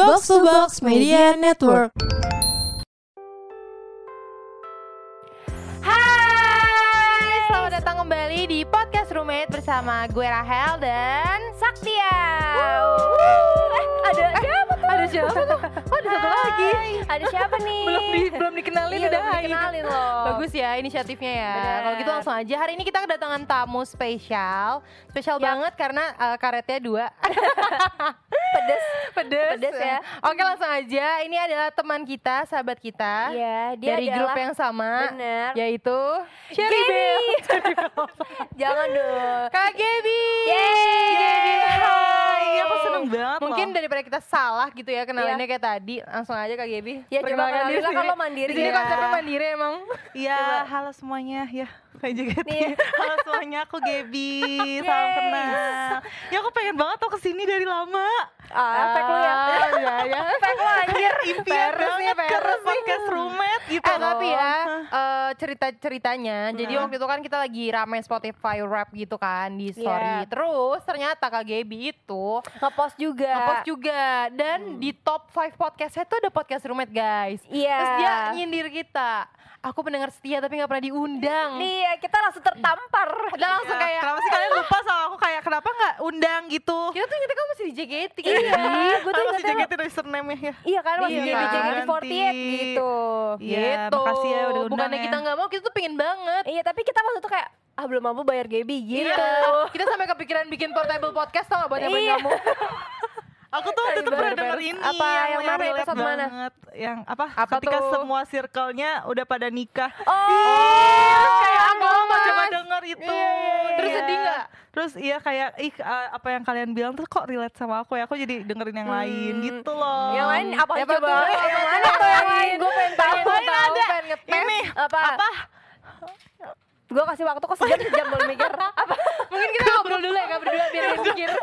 Box to Box Media Network. Hai, selamat datang kembali di podcast Roommate bersama gue Rahel dan Saktia. Eh, ada siapa tuh? Ada siapa tuh? Oh, ada satu lagi. Ada siapa nih? Belum di, belum dikenalin Iya, udah belum hai. dikenalin loh. Bagus ya inisiatifnya ya. Bener. Kalau gitu langsung aja. Hari ini kita kedatangan tamu spesial. Spesial Yap. banget karena eh, karetnya dua. pedes. Pedes. Pedes ya. Oke, Hmm. langsung aja. Ini adalah teman kita, sahabat kita. Iya, dia dari adalah grup yang sama. Bener. Yaitu Cherry Gaby. Bell. Jangan dong. Kak Gaby. Yeay. Gaby, hai. Iya, aku seneng banget Mungkin loh. daripada kita salah gitu ya kenalinnya Iya. kayak tadi, langsung aja Kak Gaby. Ya, coba Perkenalkan kenalin diri lah, kan sendiri. lo mandiri Di sini ya. konsepnya mandiri emang. Iya, halo semuanya. Ya, kayak JKT. Iya. Nih. Halo semuanya, aku Gaby. Salam Yeay. kenal. Nah, Ya, aku pengen banget tau kesini dari lama. Ah, fake lu ya. Ah, Iya, iya. Fake lu anjir. Impian Peres nih, banget ke peres nih. podcast roommate gitu Eh tapi loh. Hmm. ya eh, cerita-ceritanya Jadi waktu itu kan kita lagi rame Spotify rap gitu kan Di Iya. story Terus ternyata Kak Gaby itu Ngepost juga. Ngepost juga dan di top 5 podcastnya tuh ada podcast roommate guys. Iya. Terus dia nyindir kita. Aku pendengar setia tapi nggak pernah diundang. Iya, kita langsung tertampar. Udah langsung Ya, kayak "Oh, kenapa sih kalian lupa sama aku kayak kenapa nggak undang gitu? kita tuh ingetnya kamu masih di JKT Iya, gue tuh Kalau si ingetnya JKT username ya. Iya kan masih Kan Iya, jadi kan? JKT48 Nanti. gitu. Iya, gitu. makasih ya udah undang Bukannya ya. kita nggak mau, kita tuh pengen banget. Iya, tapi kita waktu itu kayak ah belum mampu bayar Gaby gitu. Iya. Kita sampai kepikiran bikin portable podcast tau gak buat nyobain Iya. kamu. Aku tuh waktu itu Baru pernah denger beres. ini Apa, yang mana, relate episode mana? banget. Yang apa? Apa ketika tuh? semua circle-nya udah pada nikah. Oh, Iya, kayak "Ah, aku Mas. mau coba denger itu. Iya, iya, iya. Terus Iya. sedih nggak? Terus iya kayak ih eh, apa yang kalian bilang tuh kok relate sama aku ya. Aku jadi dengerin yang lain gitu loh. yang lain apa Ya, apa coba? tuh? Yang mana tuh yang lain? Gue pengen tahu. Pengen pengen tahu, tahu, pengen ngetes. Ini apa? apa? Gue kasih waktu kok sejam sejam belum mikir apa. Mungkin kita ngobrol dulu ya kak berdua biar dia mikir. Iya.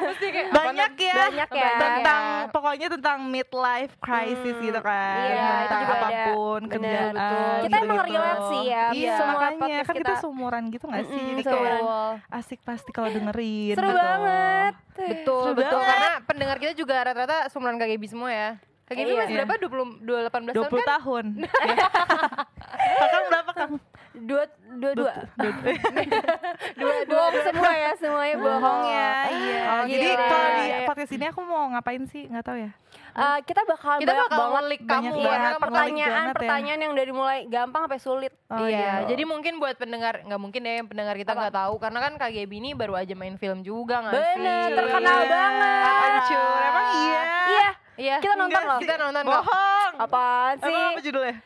Pasti kayak apa Banyak ya. Banyak ya. Tentang pokoknya tentang midlife crisis gitu kan. iya, itu tentang juga ada. apapun Bener, kerjaan. betul. Kita gitu-gitu. emang relate sih ya, Iya, semua makanya podcast kan kita, kita. seumuran gitu gak sih? Mm-mm, jadi kayak seumuran. asik pasti kalau dengerin. Seru gitu. banget. Betul, Seru betul. banget. Karena pendengar kita juga rata-rata seumuran Kak Gaby semua ya. Kak Gaby Iya. masih berapa? 20, 18 tahun 20 kan? tahun. Kakak berapa kamu? Dua dua dua. Dua, dua, Bohong semua ya, semuanya bohong ya. Iya. Oh, jadi gitu kalau ya. di podcast ini aku mau ngapain sih? Nggak tahu ya. Eh, kita bakal Kita banyak bakal banget ngelik kamu banyak Iya, banget, karena kamu pertanyaan. banget ya. pertanyaan-pertanyaan yang dari mulai gampang sampai sulit. Oh, iya, jadi mmungkin buat pendengar nggak mungkin deh yang pendengar kita Apa? nggak tahu karena kan Kak Gaby ini baru aja main film juga nggak sih? Bener, terkenal Iya. banget. Apaan, Cur? Emang iya. Iya, Iya. kita nonton Enggak loh. sih. Kita nonton kok. Bohong. Apaan Emang sih? apa judulnya?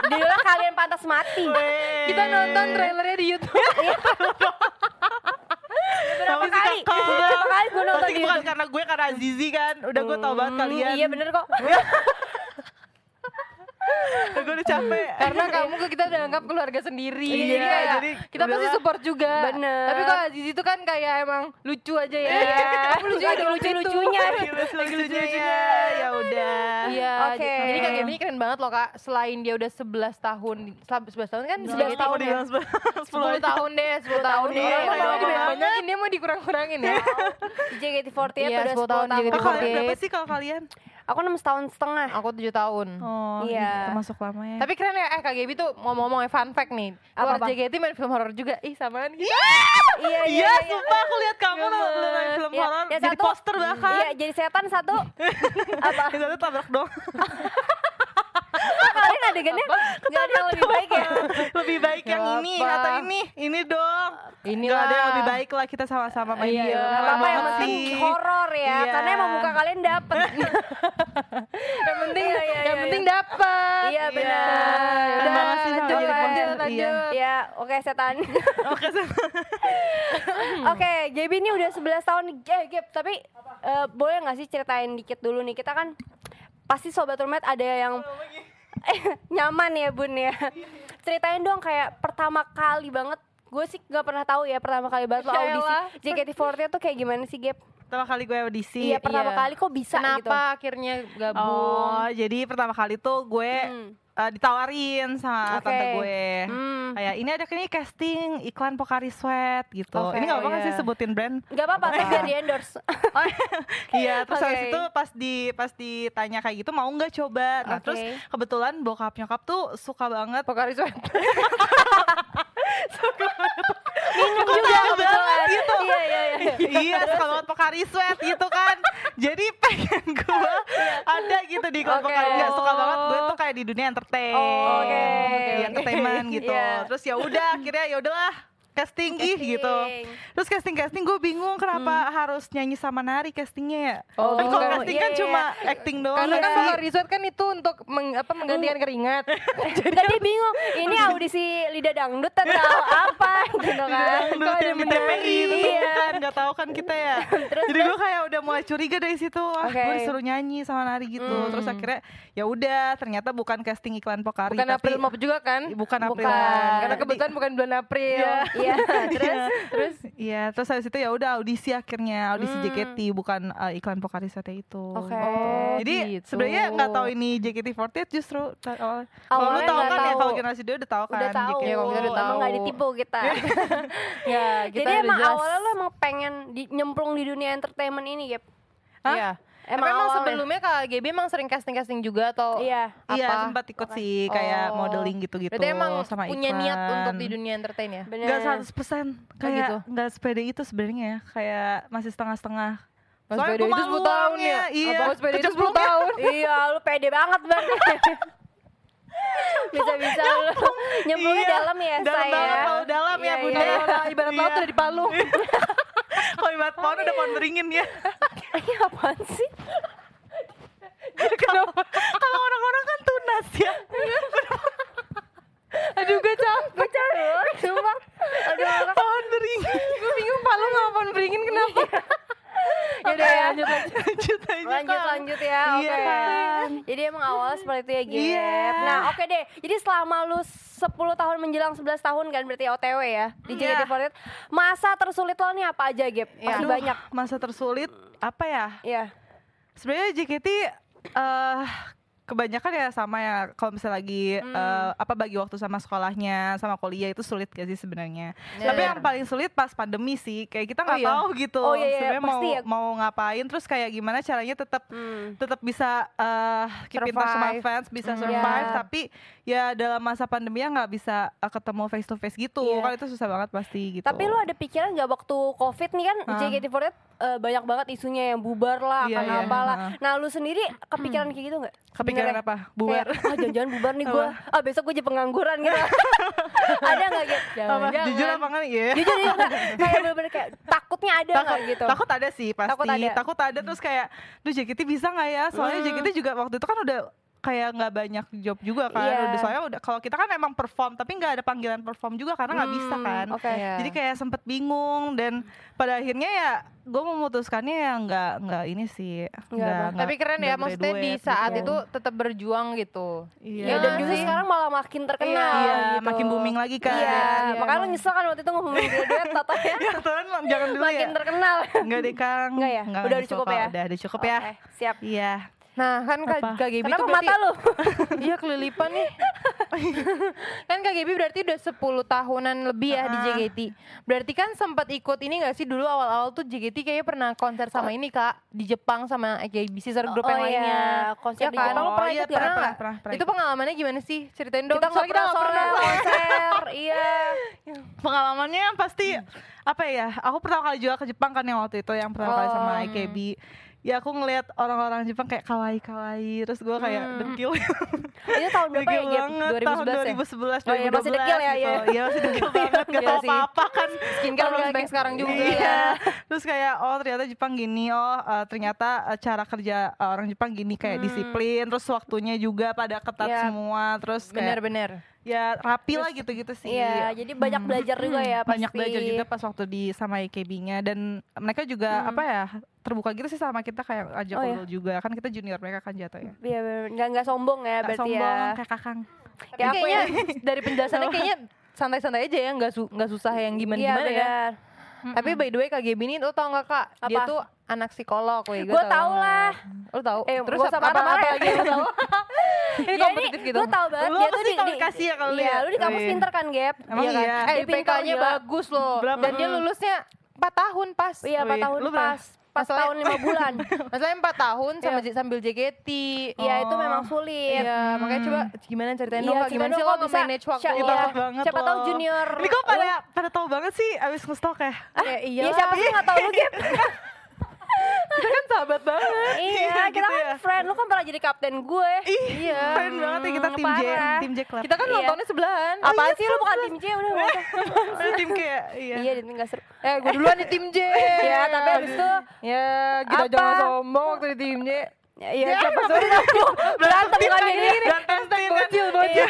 Judulnya kalian pantas mati. Weh. Kita nonton trailernya di YouTube. Berapa Apa sih kali? kakak? Berapa kali gue nonton Pasti di bukan YouTube? karena gue karena Azizi kan. Udah gue tau banget Hmm, kalian. Iya bener kok. Udah gue udah capek. karena kamu ke kita udah anggap keluarga sendiri. Iya, kayak jadi kita pasti udahlah. support juga. Bener. Tapi kalau Aziz itu kan kayak emang lucu aja ya. Iya. Kamu lucu aja Lagi lucu lucu-lucunya. Lagi lucunya. Ya udah. Iya. Oke. j- Jadi Kak Gaby ini keren banget loh Kak. Selain dia udah 11 tahun, selama 11 tahun kan 11 JKT tahun Udah ya. bilang sepuluh- 10 sepuluh aja. tahun deh, 10 tahun tahun deh. deh. Orang Lama mau banget. dibanyakin dia mau dikurang-kurangin ya. JKT48 Iya, udah 10 10 tahun tahun. kan JKT48. Oh, kalian berapa sih kalau kalian? Aku 6 tahun setengah. Aku 7 tahun. Oh, Iya. iya. termasuk lama ya. Tapi keren ya, eh Kak Gaby tuh ngomong-ngomong fun fact nih. Keluar Apa-apa? JKT main film horor juga. Ih, samaan gitu. Iya, Iya, sumpah aku lihat kamu Gemes. lah main film Iya, horor. yang Jadi satu- poster bahkan. Iya, jadi setan satu. apa? Yang satu tabrak dong. Ah, Kalian adegannya nggak ada yang lebih baik ya? lebih baik yang Gak ini apa. atau ini ini dong Inilah. Gak ada yang lebih baik lah kita sama-sama main Iya, film. bener Gak apa-apa yang banget penting sih. horor ya, Iya. karena emang muka kalian dapet. yang penting Iya, iya, yang iya, penting dapat. Iya, benar. Udah, Keren banget sih sama lanjut, jadi lanjut, konten, iya. lanjut. Iya, oke setan. Oke, sama. Hmm. Oke, JB ini udah 11 tahun. Eh, Gap, tapi eh, boleh nggak sih ceritain dikit dulu nih? Kita kan pasti sobat rumet ada yang nyaman ya bun ya. Ceritain dong kayak pertama kali banget. Gue sih nggak pernah tahu ya pertama kali banget lo Ya audisi elah. JKT48 tuh kayak gimana sih Gap? Pertama kali gue audisi. Iya pertama iya. kali kok bisa Kenapa gitu? akhirnya gabung? Oh, jadi pertama kali tuh gue Hmm. eh eh, ditawarin sama Oke. tante gue. Hmm. Kayak ini ada ini casting iklan Pokari Sweat gitu. Oke, ini nggak oh apa-apa iya. sih sebutin brand? Gak apa-apa, tapi biar di endorse. Oh, iya, terus habis Oke. itu pas di pas ditanya kayak gitu mau nggak coba. Nah, terus Oke. kebetulan bokap nyokap tuh suka banget Pokari Sweat. Minum Aku Iya, juga tahu kebetulan. banget gitu. Iya, iya, iya. iya suka banget Pokari Sweat gitu kan jadi pengen gue ada gitu di kelompok Oke. Pokari nggak suka banget gue tuh kayak di dunia entertain Oh, oke, oke, di oke. entertainment gitu Iya. terus ya udah akhirnya ya udahlah casting ih, gitu Casting. Hmm. terus casting casting gue bingung kenapa harus nyanyi sama nari castingnya ya Oh, kan kalau enggak. casting Iya, kan iya. cuma acting doang Karena ya kan sih? Pokari Sweat kan itu untuk meng- apa, menggantikan keringat. Tadi bingung, ini audisi lidah dangdut atau apa gitu kan. Dangdut Kok ada Iya, yang di menari? TPI itu Iya. kan nggak tahu kan kita ya jadi gue kayak udah mulai curiga dari situ ah Oke. Hmm. gue disuruh nyanyi sama nari gitu terus akhirnya ya udah ternyata bukan casting iklan pokari Bukan tapi Iya, April Mop juga kan? bukan April Karena kebetulan bukan bulan April. Iya. Iya, terus terus iya terus habis itu ya udah audisi akhirnya audisi JKT bukan eh, iklan pokari sate itu Hmm. Oke. Gitu. jadi gitu. sebenarnya nggak tahu ini JKT48 justru ta- awalnya kalau Awalnya lu tahu nggak kan ya tahu. kalau generasi dia udah tahu kan udah tahu. JKT. Iya, kalau kita udah Emang tahu. gak ditipu kita. ya, kita Jadi udah emang jelas. awalnya lu emang pengen di- nyemplung di dunia entertainment ini, Gap? Hah? Iya. Emang Emang, emang awalnya? sebelumnya Kak GB emang sering casting-casting juga atau Iya. apa? Iya sempat ikut sih kayak Oh. modeling gitu-gitu Berarti emang sama punya iklan. niat untuk di dunia entertain ya? Bener. Gak 100% Kayak gitu. gak sepede itu sebenarnya ya Kayak masih setengah-setengah Mas Soalnya Beda gua itu malu 10 tahun ya? orangnya, Iya Abang Mas Beda itu 10 Kecemplungnya. tahun? iya, lu pede banget bang. Bisa-bisa lu nyemplungnya Iya, dalam ya, dalam saya. Iya, banget, kalau dalam ya, Bunda. Kalau orang Iya, ibarat laut Iya. udah di Palu. Kalau ibarat pohon udah pohon beringin ya Ini Iya, apaan sih? Kenapa? Kalau orang-orang kan tunas ya Aduh gue capek. Pecah loh, sumpah. Aduh, orang- Pohon beringin Gue bingung Palu nggak mau beringin kenapa? Ya udah Oke. ya, lanjut lanjut. Iya, Lanjut aja lanjut Kak. lanjut ya oke Iya kan jadi emang awal seperti itu ya Gap Iya. nah oke deh jadi selama lu 10 tahun menjelang 11 tahun kan berarti OTW ya di Iya. JKT48 masa tersulit lo nih apa aja Gap Iya. pasti Aduh, banyak Masa tersulit Apa ya Iya Sebenarnya JKT eh kebanyakan ya sama ya kalau misalnya lagi Hmm. eh, apa bagi waktu sama sekolahnya sama kuliah itu sulit gak sih sebenarnya. Ya, ya. Tapi yang paling sulit pas pandemi sih kayak Oh, kita nggak iya. tahu gitu Oh, iya, iya, sebenarnya mau pasti ya. mau ngapain terus kayak gimana caranya tetap Hmm. tetap bisa eh keep in touch sama Survive. fans bisa Hmm. survive Ya. tapi ya dalam masa pandemi ya nggak bisa eh, ketemu face to face gitu Iya. kan itu susah banget pasti gitu. Tapi lu ada pikiran nggak waktu COVID nih kan Ah. JKT48 eh, banyak banget isunya yang bubar lah, Iya, akan iya. apalah. Ah. Nah lu sendiri kepikiran kayak gitu nggak? kepikiran Sebenarnya? apa? Bubar. Kayak, ah jangan-jangan bubar nih gue. Ah besok gue jadi pengangguran gitu. ada nggak gitu? Apa? Jangan-jangan. Jujur apa enggak? Iya. Jujur ya nggak? kayak bener-bener kayak takutnya ada nggak gitu? takut ada sih pasti Takut takut ada. ada, terus kayak duh JKT bisa nggak ya soalnya JKT juga waktu itu kan udah kayak nggak banyak job juga kan Iya. udah soalnya udah kalau kita kan emang perform tapi nggak ada panggilan perform juga karena nggak bisa Hmm, kan oke. Iya. jadi kayak sempet bingung dan pada akhirnya ya gue memutuskannya ya nggak nggak ini sih nggak Tapi Nah, nggak- keren ya, nggak maksudnya di graduate saat gitu. itu tetap berjuang gitu. iya Ya, dan justru sih. sekarang malah makin terkenal Iya, gitu. makin booming lagi kan Iya, Iya, makanya iya. lu nyesel kan waktu itu ngomongin dia tata ya ya Tuhan, jangan dulu ya makin terkenal. nggak deh Kang Nggak ya? Udah nyesel cukup kok. ya? udah udah cukup ya Oke, siap. iya Nah kan Kak, Apa? Kak Gaby Kenapa tuh mata lu? Iya kelilipan nih Kan Kak Gaby berarti udah 10 tahunan lebih ya di Ah. JKT Berarti kan sempat ikut ini gak sih dulu awal-awal tuh JKT kayaknya pernah konser sama ini Kak Di Jepang sama JKT sister group Oh, iya. yang lainnya Konser Ya di kan? Jepang lu pernah iya, ikut nggak? pernah, pernah, pernah, pernah Itu pengalamannya gimana sih? Ceritain dong kita nggak soalnya pernah soalnya konser, iya. pengalamannya pasti Hmm. apa ya aku pertama kali juga ke Jepang kan yang waktu itu yang pertama kali sama Oh. IKB ya aku ngelihat orang-orang Jepang kayak kawaii kawaii terus gue kayak dekil Itu tahun Hmm. berapa ya, dekil Gap? banget tahun 2011 ya? 2011 Oh, iya, 2012 masih dekil ya, gitu iya. iya masih dekil banget gak Iya tau sih. apa-apa kan Skincare Terus udah banyak sekarang juga. iya. terus kayak oh ternyata Jepang gini oh eh, ternyata eh, cara kerja eh, orang Jepang gini kayak disiplin terus waktunya juga pada ketat Hmm. Iya. semua terus kayak Bener-bener ya rapi lah gitu-gitu sih Iya, jadi banyak belajar juga ya pasti. Hmm, banyak belajar juga pas waktu di sama IKB-nya dan mereka juga apa ya terbuka gitu sih sama kita kayak ajak Hmm. Oh, iya. ngobrol juga kan kita junior mereka kan jatuhnya Iya, bener-bener. nggak nggak sombong ya Nggak berarti sombong ya. kayak kakang Tapi Kayak ya? aku kayaknya dari penjelasannya kayaknya santai-santai aja ya nggak su- nggak susah yang Oh. Iya, gimana-gimana ya bener. Tapi by the way Kak Gaby ini lo tau gak Kak? Apa? Dia tuh anak psikolog weh, Gue tau banget. lah. Lo tau? Eh, Terus gua apa, sama apa, marah-marah apa ya, lagi gua lo tau? Ini kompetitif gitu. Gue tau banget Lu dia apa tuh sih di, di- komunikasi ya kalau Iya, lihat? lu di kampus Iya. pinter kan, Gap? Emang kan? iya. Eh, Eh, di pinter IPK-nya gila. bagus loh. Berapa? Dan dia Mm. lulusnya 4 tahun pas. Iya, 4 Wih, tahun lu berapa? pas. Pas Masalahnya- tahun 5 bulan. Masalahnya 4 tahun sama j- sambil JKT. Iya, Hmm. itu Oh. Hmm. memang sulit. Iya, makanya coba gimana ceritain dong Kak, gimana sih lo manage waktu Siapa- lo? Iya. iya. Takut banget Siapa tahu lo. junior. Ini kok pada pada tahu banget sih abis ngestok ya? Ya, Iya, siapa sih nggak tahu lu Gap? Kita kan sahabat banget. Iya, kita gitu kan ya. friend. Lu kan pernah jadi kapten gue. Hmm, Ih, Iya. keren banget ya kita tim J, parah. tim J Oh, Club. Kita kan Iya. nontonnya sebelahan. Iya Apaan sih lu bukan tim J udah nggak usah. Kita tim kayak iya. Iya, tim enggak seru. Eh, gue duluan di tim J. Iya, tapi abis itu ya kita Apa? jangan sombong waktu di tim J. Iya, siapa suruh aku berantem kan lagi jadi nih, berantem tim. kan. Iya. Bocil, bocil.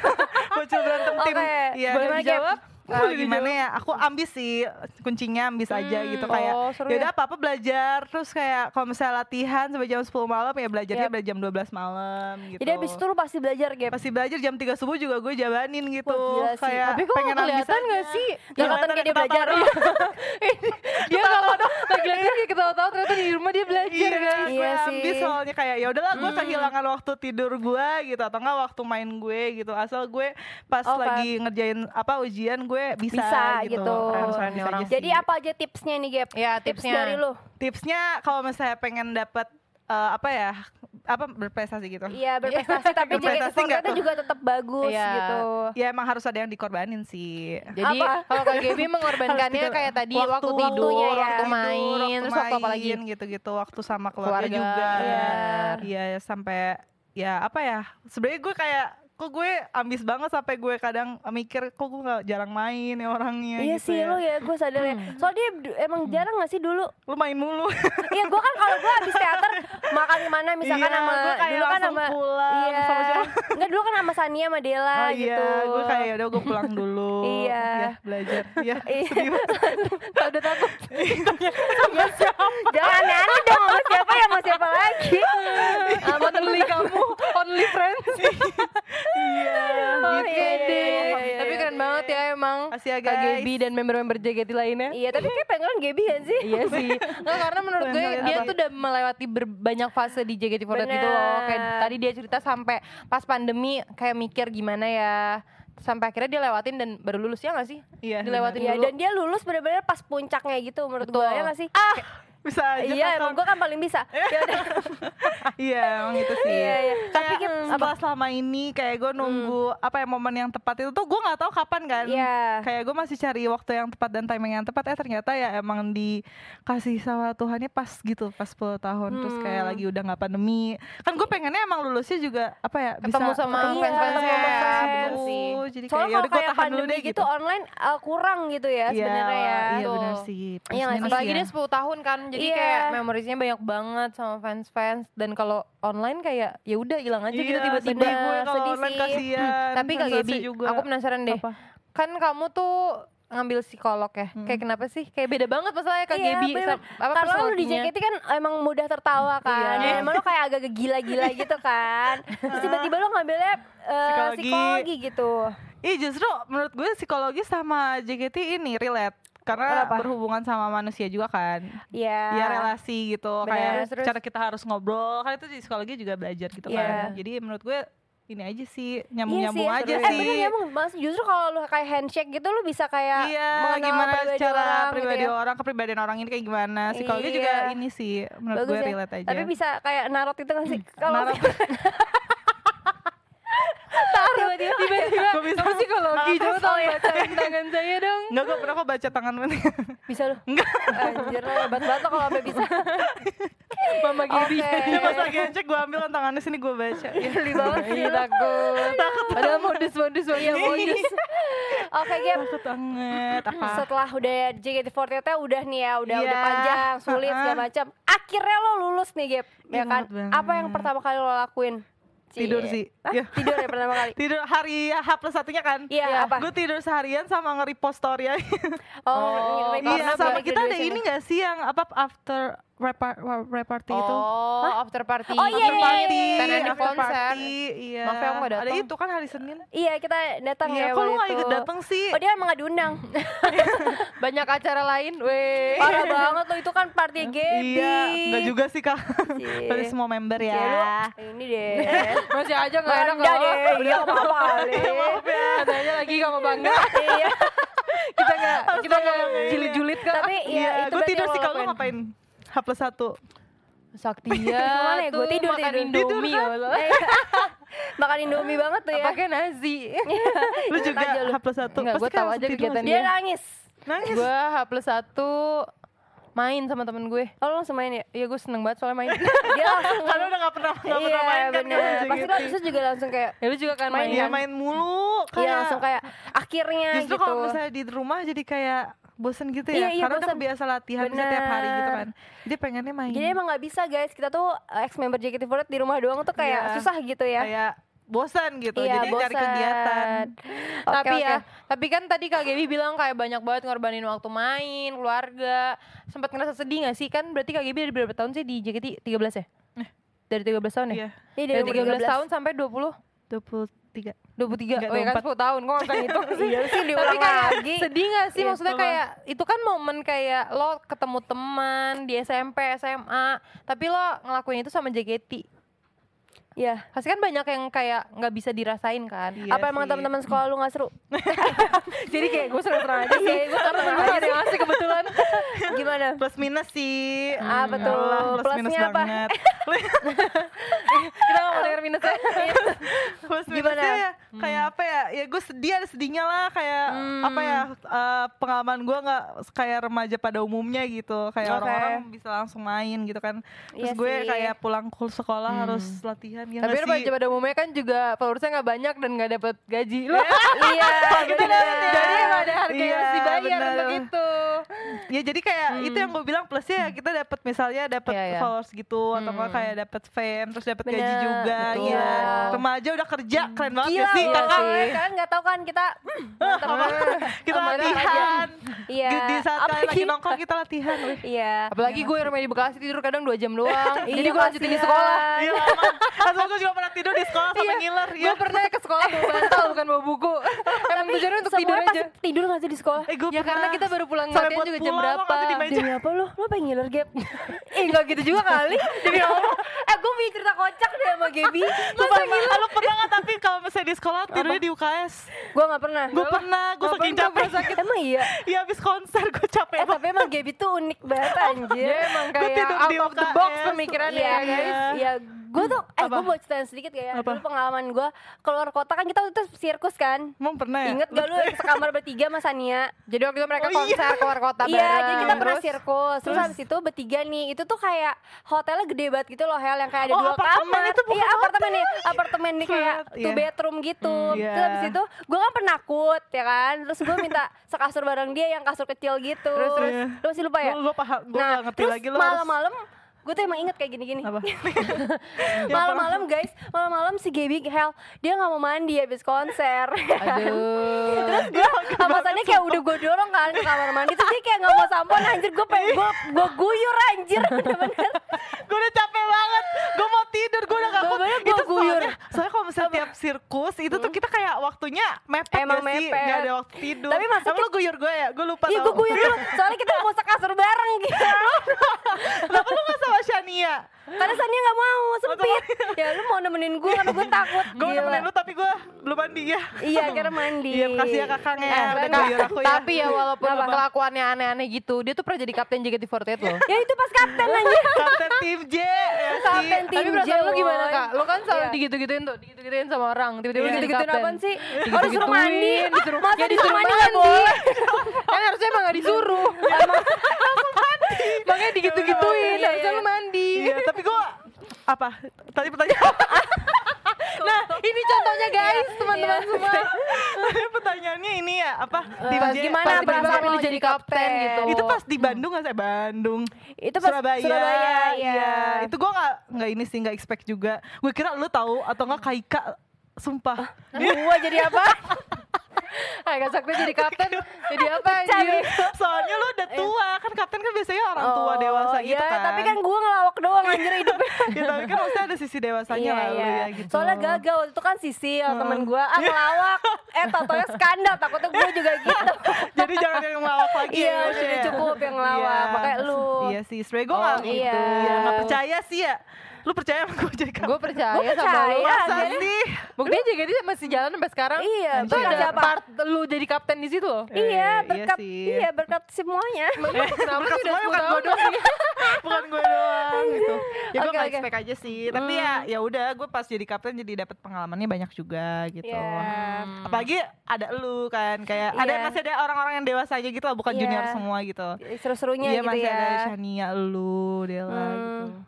Bocil berantem tim. Oke, Iya, boleh gimana dijawab? jawab? gimana ya? Aku ambis sih, kuncinya ambis aja Hmm, gitu kayak. ya." oh, seru yaudah apa-apa belajar, terus kayak kalau misalnya latihan sampai jam 10 malam ya belajarnya Yap. dari jam 12 malam Iya. gitu. Jadi abis itu lu pasti belajar Gap. pasti belajar jam 3 subuh juga gue jabanin gitu. Wah, gila sih. kayak Tapi kok pengen ambis kelihatan aja. Iya, gak sih? Gak kelihatan kayak dia Kelihatan belajar. ketawa Dia gak tahu, lagi latihan kayak ketawa-tawa ternyata di rumah dia belajar Iya, guys. Iya gue sih. Hmm. ambis soalnya kayak ya udahlah gue kehilangan waktu tidur gue gitu atau enggak waktu main gue gitu asal gue pas Oh, lagi ngerjain apa ujian gue bisa, Bisa, gitu. gitu. Keren-keren Ini aja orang. sih. Jadi apa aja tipsnya nih Gap? Iya, Tips tipsnya. dari lu. tipsnya kalau misalnya pengen dapat eh, apa ya apa berprestasi gitu. Iya berprestasi tapi jaga Berprestasi nggak sportnya tuh? juga tetap bagus Iya. gitu. Ya emang harus ada yang dikorbanin sih. Jadi Apa? kalau Kak Gaby mengorbankannya Harus tidur. kayak tadi waktu, tidur, waktunya ya. waktu tidur, main, terus waktu apa lagi? main, gitu-gitu, waktu sama keluarga, Keluarga. juga. Iya. Iya, sampai ya apa ya? Sebenarnya gue kayak kok gue ambis banget sampai gue kadang mikir kok gue nggak jarang main ya orangnya Iya gitu sih ya. Hmm. lu ya gue sadar ya. Soalnya dia du- emang jarang gak sih dulu? Lu main mulu. Iya gue kan kalau gue habis teater makan di mana misalkan Iya, sama gue kayak dulu kan langsung sama pulang iya. sama siapa. Enggak dulu kan sama Sania sama Dela Ah, gitu. Iya, gue kayak udah gue pulang dulu. Iya. Ya, belajar. Iya. Iya. sedih banget. Tau udah takut. Iya. Jangan aneh dong sama siapa ya sama siapa lagi. Sama only kamu, only friends. Iya. Oke iya, iya, deh. iya, iya, iya. gitu. Tapi keren banget ya emang Kasih ya, Kak guys. Gaby dan member-member JKT lainnya. Iya tapi kayak pengen Gaby kan sih. Iya sih. Nggak, karena menurut gue Bener, dia apa? tuh udah melewati ber- banyak fase di JKT48 gitu loh. Kayak Bener. tadi dia cerita sampai pas pandemi kayak mikir gimana ya. Sampai akhirnya dia lewatin dan baru lulus ya nggak sih? Iya, Dilewatin Iya dulu. dan dia lulus bener-bener pas puncaknya gitu menurut Betul. gue ya gak sih? Ah Bisa aja iya kakak. emang gue kan paling bisa. Ya udah. Iya, emang itu sih. Iya, iya. Eh, Kayak Tapi kita- setelah selama ini kayak gue nunggu apa ya momen yang tepat itu tuh gue nggak tahu kapan kan. Iya. Kayak gue masih cari waktu yang tepat dan timing yang tepat. Eh ternyata ya emang dikasih sama Tuhannya pas gitu, pas 10 tahun. Terus kayak lagi udah nggak pandemi. Kan gue pengennya emang lulusnya juga apa ya bisa Ketemu sama ketemu fans-fansnya. sama fans. Bener sih. Jadi kayak Soalnya ya kalau gue kayak tahan dulu pandemi deh gitu, online uh, kurang gitu ya Iya, sebenarnya ya. Iya Tuh. benar sih. Plus Iya nggak sih? minus Apalagi ya. dia 10 tahun kan, jadi Iya. kayak memoriesnya banyak banget sama fans-fans dan kalau online kayak ya udah hilang aja gitu Iya, tiba-tiba. sedih gue kalau sedih online sih. kasihan. Tapi Kak fansnya Gaby, juga. aku penasaran deh. Apa? Kan kamu tuh ngambil psikolog ya, kayak kenapa sih? Kayak beda banget masalahnya Kak Iya, Gaby bener. sama- apa Karena lu di personality-nya. JKT kan emang mudah tertawa kan. Iya. Dan emang lu kayak agak gila-gila gitu kan. Terus tiba-tiba lu ngambilnya uh, psikologi. Psikologi. gitu. Iya justru menurut gue psikologi sama JKT ini relate karena Kenapa? berhubungan sama manusia juga kan. Iya. Ya relasi gitu Bener. kayak Terus, terus. cara kita harus ngobrol kan itu di psikologi juga belajar gitu Iya. kan. Jadi menurut gue ini aja sih Iya sih, nyambung-nyambung aja eh, sih. bener nyambung. Mas, justru kalau lu kayak handshake gitu lu bisa kayak Iya, mengenal gimana pribadi cara orang gitu pribadi ya. orang, kepribadian orang ini kayak gimana? Psikologi Iya. juga ini sih menurut Bagus gue ya. relate aja. Tapi bisa kayak narot itu kan sih kalau Narot. tiba-tiba tiba-tiba Gua bisa. sama psikologi coba tolong bacain tangan saya dong Enggak gue pernah kok baca tangan men. bisa lu. Anjir lu hebat banget lo kalau sampai bisa. mama Gaby Oke. Dia pas lagi ngecek gue ambil kan tangannya sini gue baca. Geli iya. banget sih Iya, lu. takut padahal modus-modus iya modus Oke, Gap. Iya. Takut banget apa? Setelah udah JKT48 udah nih ya, udah udah Hmm. Iya. panjang, sulit segala Ha-ha. macam. Akhirnya lo lulus nih, Gap. Ya Iya, kan? banget banget. Apa yang pertama kali lo lakuin? Cie. Tidur sih. Hah? Ya. Tidur ya pertama kali. tidur hari H plus satunya kan Iya, apa? gue tidur seharian sama nge-repost story aja Oh, Oh, ini Karena iya record sama buat kita ada graduation ini ya. gak sih yang apa after repar reparty itu. Oh, after party. Oh, iya, After iya, iya, party, iya. Karena ada after konser. party, iya. Maaf ya, aku nggak Ada datang. itu kan hari Senin. Iya kita datang Iya, ya kok lu waktu nggak itu. ikut datang sih? Iya. Oh dia emang gak diundang Banyak acara lain, weh. Parah banget lo itu kan party Gaby Iya, nggak juga sih kak. Sih. Dari semua member ya. Ya lu ini deh Masih aja nggak enak Bangga loh. deh Iya apa-apa Ale. Katanya lagi kamu bangga. Iya Kita nggak kita nggak Astaga, iya. julid-julid kan. Tapi ya itu berarti gue Iya, tidur yang sih lo kalau lu lakuin. ngapain? H plus satu. Saktia Kemana ya? Gua tuh tidur, makan tidur. Indomie ya Allah. Eh, iya. Makan Indomie banget tuh ya Pakai nasi. Lu juga aja lu. H plus satu. Nggak, Pasti gua tahu kan aja tidur kegiatan masih- Dia nangis Nangis. gue H plus satu main sama temen gue. Oh lu langsung main ya? Iya gue seneng banget soalnya main. Dia langsung Karena udah nggak pernah nggak pernah main Iya kan bener kan, Pasti JKT. lo abis itu juga langsung kayak ya lu juga kan main. Iya kan? main mulu. Iya langsung kayak Akhirnya Justru gitu kalau misalnya di rumah jadi kayak bosen gitu Iya, ya iya, karena udah bosen. kebiasa latihan bisa tiap hari gitu Bener. kan jadi pengennya main Jadi emang nggak bisa guys, kita tuh eh, ex member JKT48 di rumah doang tuh kayak Iya. susah gitu ya. kayak bosan gitu Iya, jadi cari bosan. kegiatan Oke, tapi ya, oke. tapi kan tadi Kak Gaby bilang kayak banyak banget ngorbanin waktu main, keluarga. Sempat ngerasa sedih gak sih? Kan berarti Kak Gaby dari berapa tahun sih di JKT? 13 ya? Dari 13 tahun ya? iya Ini Dari 13, tahun tahun. sampai 20 dua puluh tiga 23, Nggak, oh iya kan 24. 10 tahun, kok nggak itu sih Iya sih Tapi diulang kayak lagi. Gitu, sedih gak sih? Iya, Maksudnya betul kayak, itu kan momen kayak lo ketemu teman di SMP, SMA Tapi lo ngelakuin itu sama JKT Iya. Pasti kan banyak yang kayak nggak bisa dirasain kan Iya Apa emang sih. teman-teman sekolah lu nggak seru? Jadi kayak gue serang-serang aja Iya, sih Gue karena temen gue nggak ada yang ngasih kebetulan Gimana? plus minus sih Ah, Hmm, betul. Allah, plus Plusnya minus apa? banget Kita mau denger minusnya plus Gimana? minusnya ya kayak Hmm. apa ya ya gue sedih ada sedihnya lah kayak apa ya eh, pengalaman gue nggak kayak remaja pada umumnya gitu kayak Oke. orang-orang bisa langsung main gitu kan terus Iya gue sih. kayak pulang ke sekolah harus latihan ya Hmm. Tapi nggak remaja sih? pada umumnya kan juga followersnya nggak banyak dan nggak dapet gaji lo Iya, bener. Jadi emang ada harga yang Iya, harus dibayar bener. untuk itu ya jadi kayak itu yang gue bilang plusnya ya kita dapat misalnya dapat Iya, iya. followers gitu atau nggak kayak dapat fame terus dapat gaji Bener, juga betul. iya remaja udah kerja Hmm. keren banget Gila ya sih iya loh, kakak kalian- Kalian nggak tahu kan kita hmm, mantep banget. Eh, kita Sama aja. latihan Iya. di saat kalian Apalagi- lagi nongkrong kita latihan weh. Iya. Apalagi gue rumah di Bekasi tidur kadang 2 jam doang Jadi Iya, gue lanjutin di kasihan. sekolah Iya, aman. Atau gue juga pernah tidur di sekolah Iya. sama ngiler ya. Gue pernah ke sekolah bawa bantal bukan bawa buku Emang tujuannya untuk Semuanya tidur aja pasti tidur nggak sih di sekolah? Eh, gue Ya karena kita baru pulang Sampai latihan buat juga jam pulang, berapa Iya. waktu di meja. Demi apa lu? Lu pengen ngiler gap? Eh gak gitu juga kali Demi Allah. Eh gue punya cerita kocak deh sama Gaby. Sumpah, lu pernah nggak tapi kalau misalnya di sekolah tidurnya di UKS? Gue nggak pernah. Gue pernah, gue Nggak saking pernah, capek. Emang iya. Iya habis konser gue capek Eh banget. tapi emang Gaby tuh unik banget anjir Dia emang Gue kayak tidur out di of the box UKS. pemikirannya Iya ya guys Iya Gue tuh Eh Apa? gue mau ceritain sedikit kayak Apa? Dulu pengalaman gue Keluar kota kan kita waktu itu sirkus kan Emang pernah ya? Ingat gak lu yang sekamar bertiga sama Sania? Jadi waktu itu mereka Oh, iya. konser keluar kota Iya, bareng jadi kita pernah Terus sirkus. Terus, habis itu bertiga nih, itu tuh kayak hotelnya gede banget gitu loh, Hel, yang kayak ada Oh, dua apartemen kamar. itu bukan iya, apartemen hotel. nih, apartemen nih kayak Iya. two bedroom gitu. Hmm, iya. Terus habis itu gue kan penakut ya kan. Terus gue minta sekasur bareng dia yang kasur kecil gitu. Terus, terus. Lu masih lupa ya? Gue gua paham, gue nah, gak ngerti terus lagi lo harus malam-malam gue tuh emang inget kayak gini-gini. apa? Malam-malam guys, malam-malam si Gaby Hel dia nggak mau mandi habis konser. Aduh Terus gue alasannya kayak udah gue dorong kan ke kamar mandi Terus dia kayak gak mau sampoan anjir Gue pengen gue gue guyur anjir Bener-bener gue udah capek banget, gue mau tidur, gue udah gak Gua kuat. banyak Itu gua guyur. Hmm? soalnya, soalnya kalau misalnya tiap sirkus itu tuh kita kayak waktunya mepet Emang gak sih? mepet. Gak ada waktu tidur. Tapi masa Emang lo guyur gue ya? Gue lupa Iya tau. gue guyur dulu Soalnya kita mau sekasur bareng gitu Kenapa lo gak sama Shania? Karena Sania gak mau sempit Ya lu mau nemenin gue karena gue takut Gue Gila. nemenin lo tapi gue belum mandi ya. Iya karena mandi Iya, makasih ya kakaknya Eh, udah Kak. guyur aku ya. Tapi ya walaupun Apa? kelakuannya aneh-aneh gitu Dia tuh pernah jadi kapten JKT48 loh Ya itu pas kapten anjir Kapten tim J. ya sih. Kapten tim Tapi perasaan lu Jewon. gimana kak? Lu kan selalu Iya. digitu-gituin tuh Digitu-gituin sama orang Tiba-tiba Lu lu jadi gitu-gituin kapten apaan sih? Digitu-gituin, Orang disuruh mandi disuruh- Masa Ya, Iya, disuruh mandi gak boleh Kan harusnya emang gak disuruh Emang- Makanya digitu-gituin Iya, Harusnya iya. lu mandi Iya, tapi gue apa? Tadi pertanyaan Nah ini contohnya guys Teman-teman Iya. semua tadi pertanyaannya ini ya apa? Tim pas J. Eh, gimana Pas Pasti perasaan perasaan lo lu jadi jadi kapten kapten? gitu Itu pas di Bandung nggak sih? Bandung. Itu pas Surabaya. Surabaya, iya. Itu gua nggak nggak ini sih nggak expect juga. Gue kira lu tahu atau nggak Kaika Sumpah. Gue jadi apa? Agak sakti jadi kapten, jadi apa anjir? Soalnya lu udah tua, kan kapten kan biasanya orang tua Iya. dewasa Oh, gitu iya, kan. tapi kan gue ngelawak doang anjir hidupnya. ya, tapi kan maksudnya ada sisi dewasanya lah lu ya gitu. Iya, Iya. Soalnya gagal waktu itu kan Sisil temen gue ah ngelawak. Eh totonya skandal takutnya gue juga gitu. Jadi jangan yang ngelawak lagi Iya, ya, sudah Shay. cukup yang ngelawak, Iya. makanya lu. Iya sih, sebenernya gue Oh, nggak gitu. iya. Iya, nggak percaya sih ya. Lu percaya sama gue jadi Gue percaya Gua sama lu. percaya. Masa jadi- sih? Buktinya juga dia masih jalan sampai sekarang. Iya, itu berkat ada siapa? part lu jadi kapten di situ loh. Eh, Iya, berkat Iya sih. iya berkat semuanya. Kenapa bukan sih udah semuanya, 10 bukan tahun? gue doang. Iya. bukan gue doang gitu. Ya Oke, gue nggak oke. Hmm. expect aja sih. Tapi ya ya udah, gue pas jadi kapten jadi dapet pengalamannya banyak juga gitu. Iya. Apalagi ada lu kan kayak ada Iya. masih ada orang-orang yang dewasa aja gitu lah, bukan Iya. junior semua gitu. Seru-serunya Iya gitu masih ya. ada Shania, lu, Dela Hmm. gitu.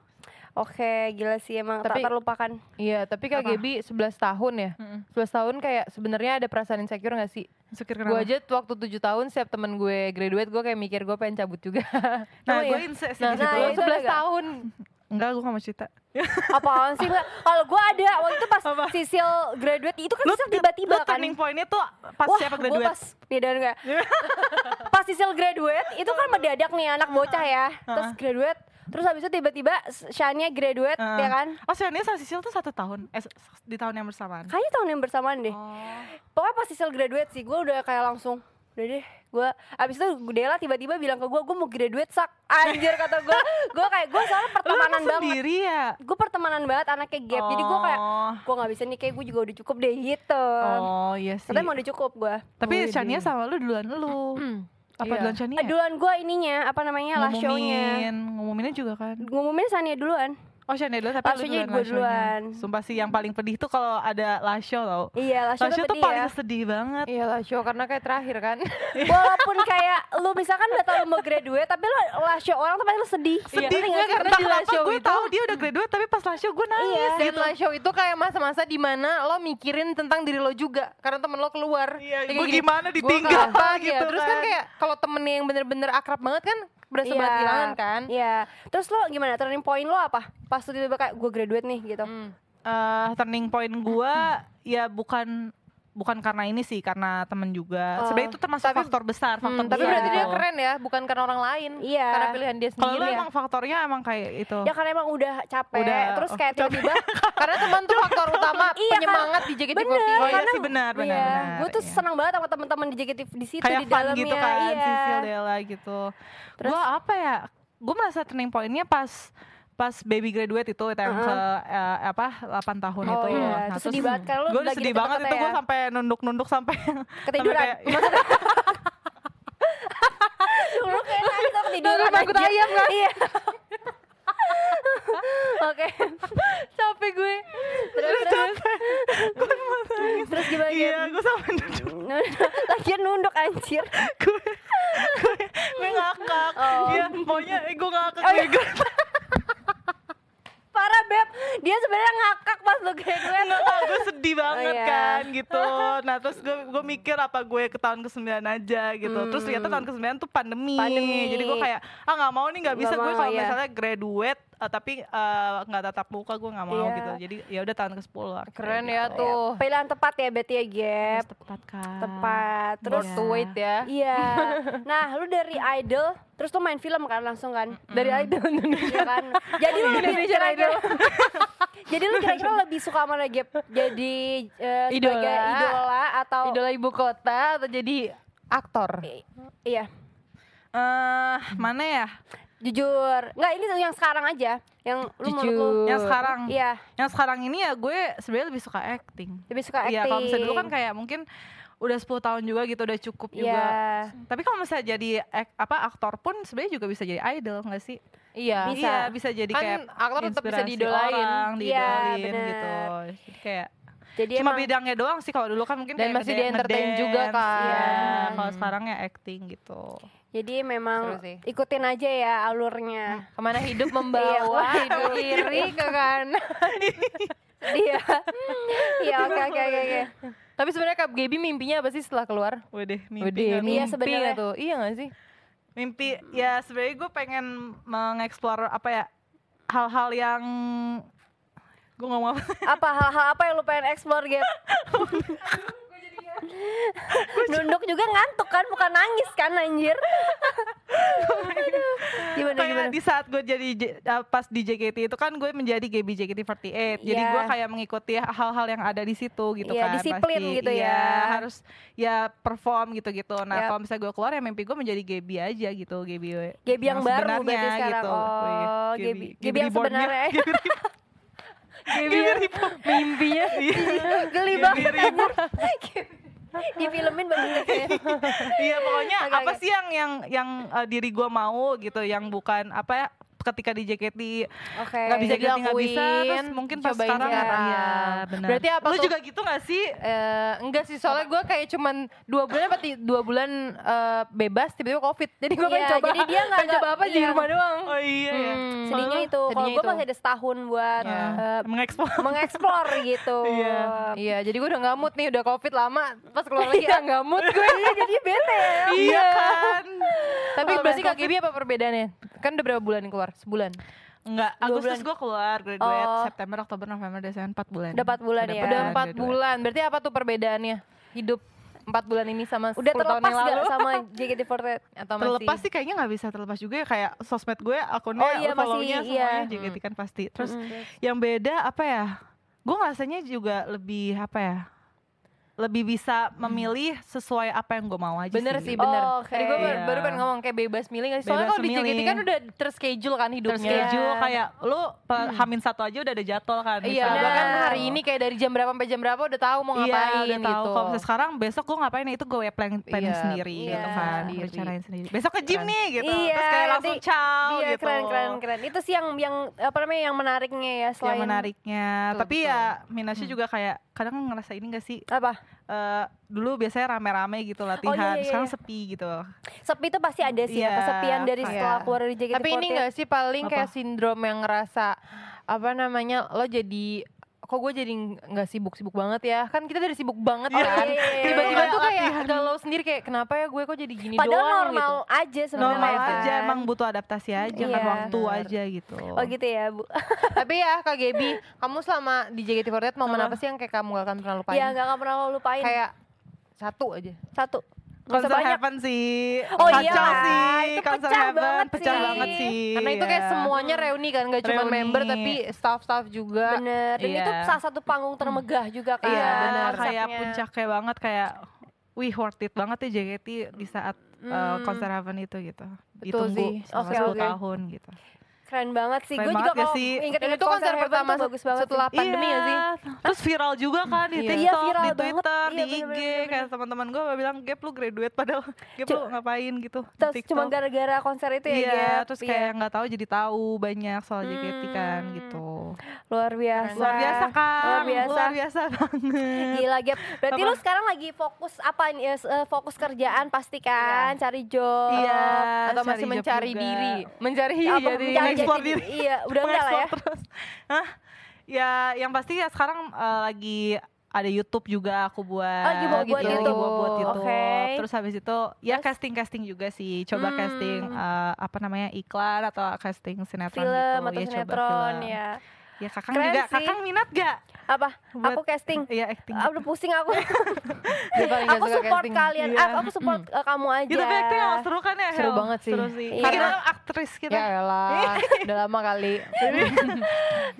Oke, gila sih emang Tapi- tak terlupakan. Iya, tapi Kak Apa? Gaby 11 tahun ya. 11 tahun kayak sebenarnya ada perasaan insecure gak sih? Insecure Gue kenapa? aja waktu 7 tahun setiap temen gue graduate gue kayak mikir gue pengen cabut juga. Nah, Oh, gue iya. insecure sih Nah, di situ. nah itu ada 11 gak? tahun. Enggak, gue gak mau cerita. Apaan sih enggak? Kalau gue ada waktu itu pas Apa? Sisil graduate itu kan Lu Sisil Lu tiba-tiba kan. turning pointnya tuh pas Wah, siapa gua graduate? Pas, nih dan enggak. pas Sisil graduate itu kan mendadak nih anak bocah ya. Terus graduate, terus habis itu tiba-tiba Shania graduate Heeh. ya kan. Oh, Shania sama Sisil tuh satu tahun. Eh, s- s- di tahun yang bersamaan. Kayaknya tahun yang bersamaan deh. Oh. Pokoknya pas Sisil graduate sih gue udah kayak langsung udah deh gue abis itu Dela tiba-tiba bilang ke gue gue mau graduate sak anjir kata gue gue kayak gue soalnya Lu pertemanan emang banget sendiri ya? gue pertemanan banget anaknya gap jadi gue kayak Oh. gue nggak bisa nih kayak gue juga udah cukup deh gitu Oh, iya sih. katanya mau udah cukup gue Tapi Wih, Shania di- sama lu duluan lu. Apa Iya. duluan Shania? duluan gue ininya apa namanya lah shownya ngumumin, ngumuminnya juga kan. ngumumin Sania duluan Oh, Shania duluan tapi Last lu show-nya gue duluan last show-nya. duluan. Sumpah sih yang paling pedih tuh kalau ada last show tau. Iya, last show Last tuh show tuh pedih paling ya. sedih banget. Iya lah show karena kayak terakhir kan. Walaupun kayak lu misalkan udah tau lu mau graduate tapi lu last show orang tuh pasti lu sedih. Iya, Sedih Ngerti gue nggak sih? karena Karena di last kenapa show gue itu- tahu dia udah graduate tapi pas last show gue nangis. Iya, gitu. Dan live show itu kayak masa-masa dimana lo mikirin tentang diri lo juga karena temen lo keluar. Iya, Ya kayak gua gini, gimana gua ditinggal kapan ya? gitu Terus kan kan. kayak kalau temennya yang bener-bener akrab banget kan berasa Iya. banget kehilangan kan. Iya. Terus lu gimana? Turning point lu apa? Pas lu tiba-tiba kayak gue graduate nih gitu. Hmm. eh turning point gua ya bukan bukan karena ini sih karena temen juga Oh. sebenarnya itu termasuk Tapi- faktor besar faktor Hmm, tapi Iya. besar berarti dia gitu. keren ya, bukan karena orang lain, Iya. karena pilihan dia kalau sendiri. lu ya. emang faktornya emang kayak itu Ya karena emang udah capek. Udah, Terus oh, kayak tiba-tiba karena teman tuh faktor utama Iya, penyemangat di JKT48. bener, Oh, iya karena- sih, benar, benar, iya, benar, Gue tuh iya. senang banget sama teman-teman di JKT di situ kayak di fun dalamnya. gitu kan iya. Sisil Della gitu Terus- gua apa ya gua merasa turning pointnya pas pas baby graduate itu itu yang ke eh, apa 8 tahun Oh, itu ya. Nah, iya. Itu sedih banget, karena lu gue lagi sedih deket-deket banget itu ya. gue sampai nunduk-nunduk sampai Ketiduran. sampai kayak- Lu kayak tadi tuh ketiduran. Nurut takut aja. ayam kan? Iya. Oke. Capek gue. Terus terus. Terus gimana? iya gue sampai nunduk Lagian nunduk anjir. gue gue gue ngakak Oh. iya pokoknya gue ngakak Oh, iya. gue Parah beb. Dia sebenarnya ngakak pas lu graduate. Nggak, gue sedih banget iya. kan gitu Nah terus gue, gue mikir apa gue ke tahun ke-9 aja gitu Terus ternyata tahun ke-9 tuh pandemi, Hmm. Pandemi. Jadi gue kayak, ah gak mau nih gak bisa Nggak Gue mau, kalau iya. misalnya graduate eh, tapi eh, nggak tatap muka gue nggak mau Iya. gitu jadi ya udah tahun ke 10 Keren ya tuh. Pilihan tepat ya Betty ya, Gap. Iya, tepat kan Tepat. Terus Terus to wait ya. Iya. Nah, lu dari idol, terus lu main film kan langsung kan? Dari idol Indonesia. Iya kan? Jadi lu lebih Indonesian kira-kira Jadi lu kira-kira lebih suka mana Gap? Jadi eh, Idola. sebagai idola atau Idola ibu kota atau jadi aktor? I- Iya. Eh, mana ya Jujur. Enggak, ini tuh yang sekarang aja. Yang lu menurut lu. Jujur. yang sekarang Iya, yang sekarang ini ya gue sebenarnya lebih suka acting lebih suka acting. Iya kalau misalnya dulu kan kayak mungkin udah 10 tahun juga gitu udah cukup juga. Iya. Tapi kalau misalnya jadi ak- apa aktor pun sebenarnya juga bisa jadi idol nggak sih? Iya. Bisa. Iya, bisa jadi Kan kayak aktor tetap bisa inspirasi diidolain. orang, Iya, diidolain bener. gitu. Jadi kayak Jadi cuma emang- bidangnya doang sih kalau dulu kan mungkin Dan kayak masih ngede- di-entertain ngedance, juga kan. Iya, Hmm. kalau sekarang ya acting gitu. Jadi memang Seru sih. ikutin aja ya alurnya. Kemana hidup Iya, membawa, kemana hidup kiri ke kanan. Iya. Iya, oke oke oke oke. Tapi sebenarnya Kak Gaby mimpinya apa sih setelah keluar? Waduh, mimpi Wede, nggak mimpi Iya, sebenarnya. nggak tuh. Iya gak sih? mimpi ya sebenarnya gue pengen mengeksplor apa ya hal-hal yang gue ngomong apa Apa hal-hal apa yang lu pengen explore Gap? Nunduk juga ngantuk kan, bukan nangis kan anjir. Aduh. Gimana gimana? kayak di saat gue jadi J- uh, pas di JKT itu kan gue menjadi GB JKT48 jadi Iya. gue kayak mengikuti hal-hal yang ada di situ gitu Iya, kan disiplin pasti. gitu Iya, ya. harus ya perform gitu-gitu nah Yap. kalau misalnya gue keluar ya mimpi gue menjadi GB aja gitu GB Gaby yang baru berarti sebenarnya gitu. Iya, sekarang. Wih, Oh, GB Gaby- GB Gaby yang reborn-nya. sebenarnya. GB Gaby reborn. Gaby yang- reborn. mimpinya Iya. Iya, Geli Gaby banget reborn. anjir. Di filmin banget ya. Iya pokoknya Oke, apa oke. sih yang yang yang eh, diri gua mau gitu yang bukan apa ya ketika di JKT Oke. nggak bisa jadi gitu nggak bisa terus lakuin, mungkin pas cobain sekarang sekarang. iya benar. Berarti apa Lu tuh? juga gitu nggak sih? Eh, enggak sih soalnya gue kayak cuman dua bulan berarti dua bulan eh, bebas tiba-tiba covid jadi gue pengen Iya, coba jadi dia nggak- pengen coba apa di iya. rumah doang Oh iya ya. Hmm. Sedihnya Malah, itu, kalau sedihnya gue itu. masih ada setahun buat Ya, eh, mengekspor. mengeksplor gitu. Iya. iya jadi gue udah nggak mood nih udah covid lama pas keluar lagi ah nggak mood gue Iya, jadi bete. Iya kan. tapi Kalau berarti main kak Gibi apa perbedaannya kan udah berapa bulan keluar sebulan Enggak, Agustus bulan. gua keluar graduate Oh. September, Oktober, November, Desember 4 bulan. Gitu. Udah 4 bulan ya. udah Bulan, empat graduate. bulan berarti apa tuh perbedaannya hidup empat bulan ini sama Udah 10 tahun terlepas yang gak lalu sama JKT48? atau masih Terlepas sih kayaknya nggak bisa terlepas juga ya kayak sosmed gue akunnya Oh iya, masih, follow-nya iya. semuanya JKT kan pasti. Terus yang beda apa ya? Gue ngerasanya juga lebih apa ya? Lebih bisa memilih sesuai apa yang gue mau aja Bener sih. sih, bener. Oh, oke. Tadi gue baru, Iya. baru pengen ngomong kayak bebas milih gak sih? Soalnya Bebas kalau di JKT milih. kan udah terschedule kan hidupnya. terschedule kayak lu pe- hamin satu aja udah ada jadwal kan Iya, misalnya. gua kan Bener. hari ini kayak dari jam berapa sampai jam berapa udah tahu mau Iya, ngapain udah tahu. gitu. Kalau misalnya sekarang besok gue ngapain ya? itu gue plan planning Iya, sendiri gitu iya. kan, Sendiri. rencanain sendiri. Besok ke gym Keren. nih gitu. Iya, Terus kayak nanti- langsung ciao Iya, gitu. keren, keren, keren. Itu sih yang yang apa namanya yang menariknya ya Yang selain menariknya. Betul, Tapi betul. ya Minasya juga kayak kadang ngerasa ini gak sih? apa? eh, dulu biasanya rame-rame gitu latihan, iya, sekarang iya. sepi gitu. Sepi itu pasti ada sih Iya, ya, kesepian dari iya. setelah keluar dari JKT48. Tapi ini gak sih paling kayak Apa? sindrom yang ngerasa apa namanya lo jadi kok gue jadi nggak sibuk-sibuk banget ya kan kita dari sibuk banget Iya, iya, kan iya, iya. tiba-tiba tuh kayak Latihan. galau sendiri kayak kenapa ya gue kok jadi gini Padahal doang Gitu. Iya. normal aja sebenarnya. Normal kan. aja, emang butuh adaptasi aja kan Iya. waktu Bener. aja gitu. Oh gitu ya, Bu. gitu tapi ya kak Gaby kamu selama di JKT48 momen apa sih yang kayak kamu gak akan pernah lupain Iya, nggak akan pernah lo lupain. kayak satu aja satu. Nggak usah Concert banyak. Heaven sih. Oh Kacau iya lah, sih. itu Concert pecah Heaven, banget pecah sih. banget sih. Karena itu kayak iya. semuanya reuni kan, gak cuma Reuni. member tapi staff-staff juga. Bener. Dan Iya. itu salah satu panggung termegah juga kan. Iya, benar. kayak konsepnya. puncaknya banget kayak wih worth it banget ya JKT di saat uh, Hmm. konser Heaven itu gitu. Betul Ditunggu sih. selama Oke, 10 oke. tahun gitu. Keren banget sih. Gue Keren juga banget ya kalau sih. Dan inget-inget itu konser Heaven pertama tuh bagus banget. setelah sih. pandemi ya sih. Iya. Terus viral juga kan di Iya. TikTok, Iya, viral di banget. Iya, Twitter, di bener-bener, IG kayak teman-teman gue bilang Gap lu graduate padahal Gap lu Cu- ngapain gitu. di Terus cuma TikTok. gara-gara konser itu ya, Iya, Gap? terus Iya. kayak nggak tahu jadi tahu banyak soal JKT kan Hmm. gitu. luar biasa. Luar biasa kan, Luar biasa. banget. Gila, Gap. Berarti Apa? lu sekarang lagi fokus apa nih? Eh, s- eh, Fokus kerjaan pasti kan, cari job. Iya, Atau cari masih job mencari juga. diri, mencari Apa, jadi mencari ekspor jadi- diri. Iya, udah enggak lah ya. Pengekspor terus. Hah? Ya, yang pasti ya sekarang eh, lagi ada YouTube juga aku buat. Oh, gitu. lagi mau buat Lagi YouTube. mau buat YouTube. Oke. Terus habis itu ya casting-casting juga sih. Coba Hmm. casting eh, apa namanya? iklan atau casting sinetron Film gitu. atau ya, coba sinetron film. ya. Ya, Kakang Keren juga. sih. Kakang minat gak? Apa? Buat- Aku casting. Iya, acting. Ah, Oh, Udah pusing aku. Dia paling nggak aku suka support casting. kalian. Iya. Ah, Aku support eh, kamu aja. Gitu tapi acting emang seru kan ya? Seru Hel? banget sih. Seru sih. Iya. Karena aktris kita. Ya elah, udah lama kali. Iya.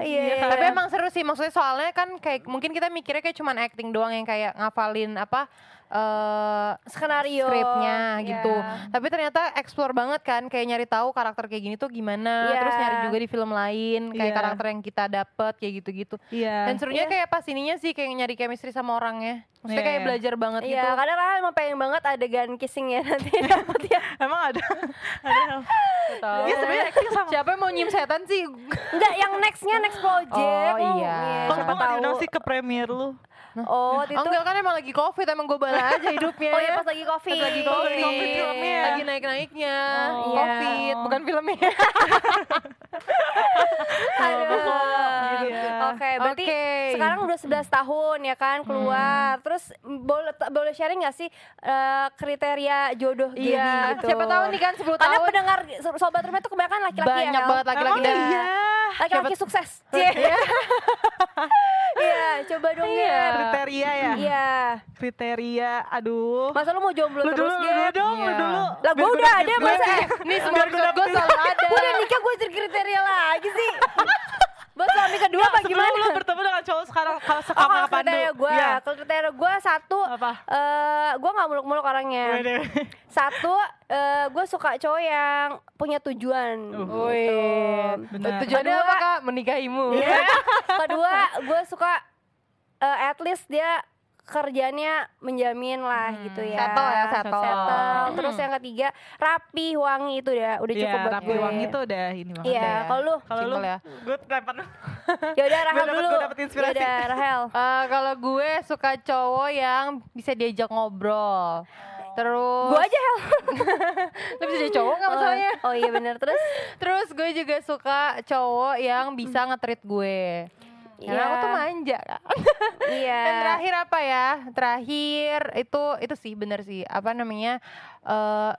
iya, Tapi iya. emang seru sih, maksudnya soalnya kan kayak mungkin kita mikirnya kayak cuman acting doang yang kayak ngafalin apa eh skenario skripnya Iya. gitu. Tapi ternyata explore banget kan kayak nyari tahu karakter kayak gini tuh gimana, Iya. terus nyari juga di film lain kayak Iya. karakter yang kita dapet kayak gitu-gitu. Iya. Dan serunya Iya. kayak pas ininya sih kayak nyari chemistry sama orangnya. Maksudnya Iya, kayak iya. belajar banget Iya, gitu. kadang Rahel emang pengen banget adegan kissing ya nanti dapet ya. Emang ada. ada. Tahu. Iya, sebenarnya acting sama Siapa yang mau nyium setan sih? Enggak, yang nextnya next project. Oh, lu. iya. Kalau siapa gue gak diundang tahu. sih ke premier lu Oh, waktu Oh, itu. enggak kan emang lagi covid emang gue bala aja hidupnya. Oh iya pas lagi covid. Pas lagi covid, Covid filmnya. lagi naik-naiknya. Oh, covid, iya. bukan filmnya. Aduh. Iya. Oke, berarti Oke. Hmm. sekarang udah 11 tahun ya kan keluar. Terus m- boleh t- boleh sharing gak sih eh, kriteria jodoh Gaby Iya, gitu? siapa tahu nih kan 10 Karena tahun pendengar so- sobat rumah tuh kebanyakan laki-laki ya. Iya. banyak Hel? iya. banget laki-laki Emang dan iya Laki-laki Siapa- sukses. Iya. Iya, Coba dong Iya, ya. kriteria ya Iya. kriteria aduh Masa lu mau jomblo lu dulu terus lu Gap? dulu dong lu Iya. dulu Lah gue Biar udah dapet ada gue. masa Ini semua Biar gue episode gue dapet. selalu ada. Gue udah nikah gue jadi kriteria lagi sih Buat suami kedua apa Sebelum gimana? lu bertemu dengan cowok sekarang kalau Oh sekarang kalau apa Iya. kriteria gue Kalau kriteria gue satu Apa? eh Gue gak muluk-muluk Iya, orangnya Satu eh Gue suka cowok yang punya tujuan Gitu. Uh. Woi. Benar. Tujuannya apa kak? Menikahimu. Iya. Kedua gue suka eh, At least dia kerjanya menjamin lah Hmm. gitu ya Settle ya, settle. Settle. Terus Hmm. yang ketiga rapi wangi itu udah udah Iya, cukup buat rapi gue. wangi tuh udah ini banget. Iya, ya. kalau lu Kalau lu, Simple ya. gue lempar lu. ya udah Rahel dapet- dulu. gua dapet inspirasi. Yaudah, Rahel. Eh, kalau gue suka cowok yang bisa diajak ngobrol. Terus Gue aja Hel. Lu bisa jadi cowok nggak masalahnya? Oh, oh iya benar terus. Terus gue juga suka cowok yang bisa ngetrit gue. Karena aku Iya. tuh manja kan. Iya. Dan terakhir apa ya? Terakhir itu itu sih bener sih apa namanya eh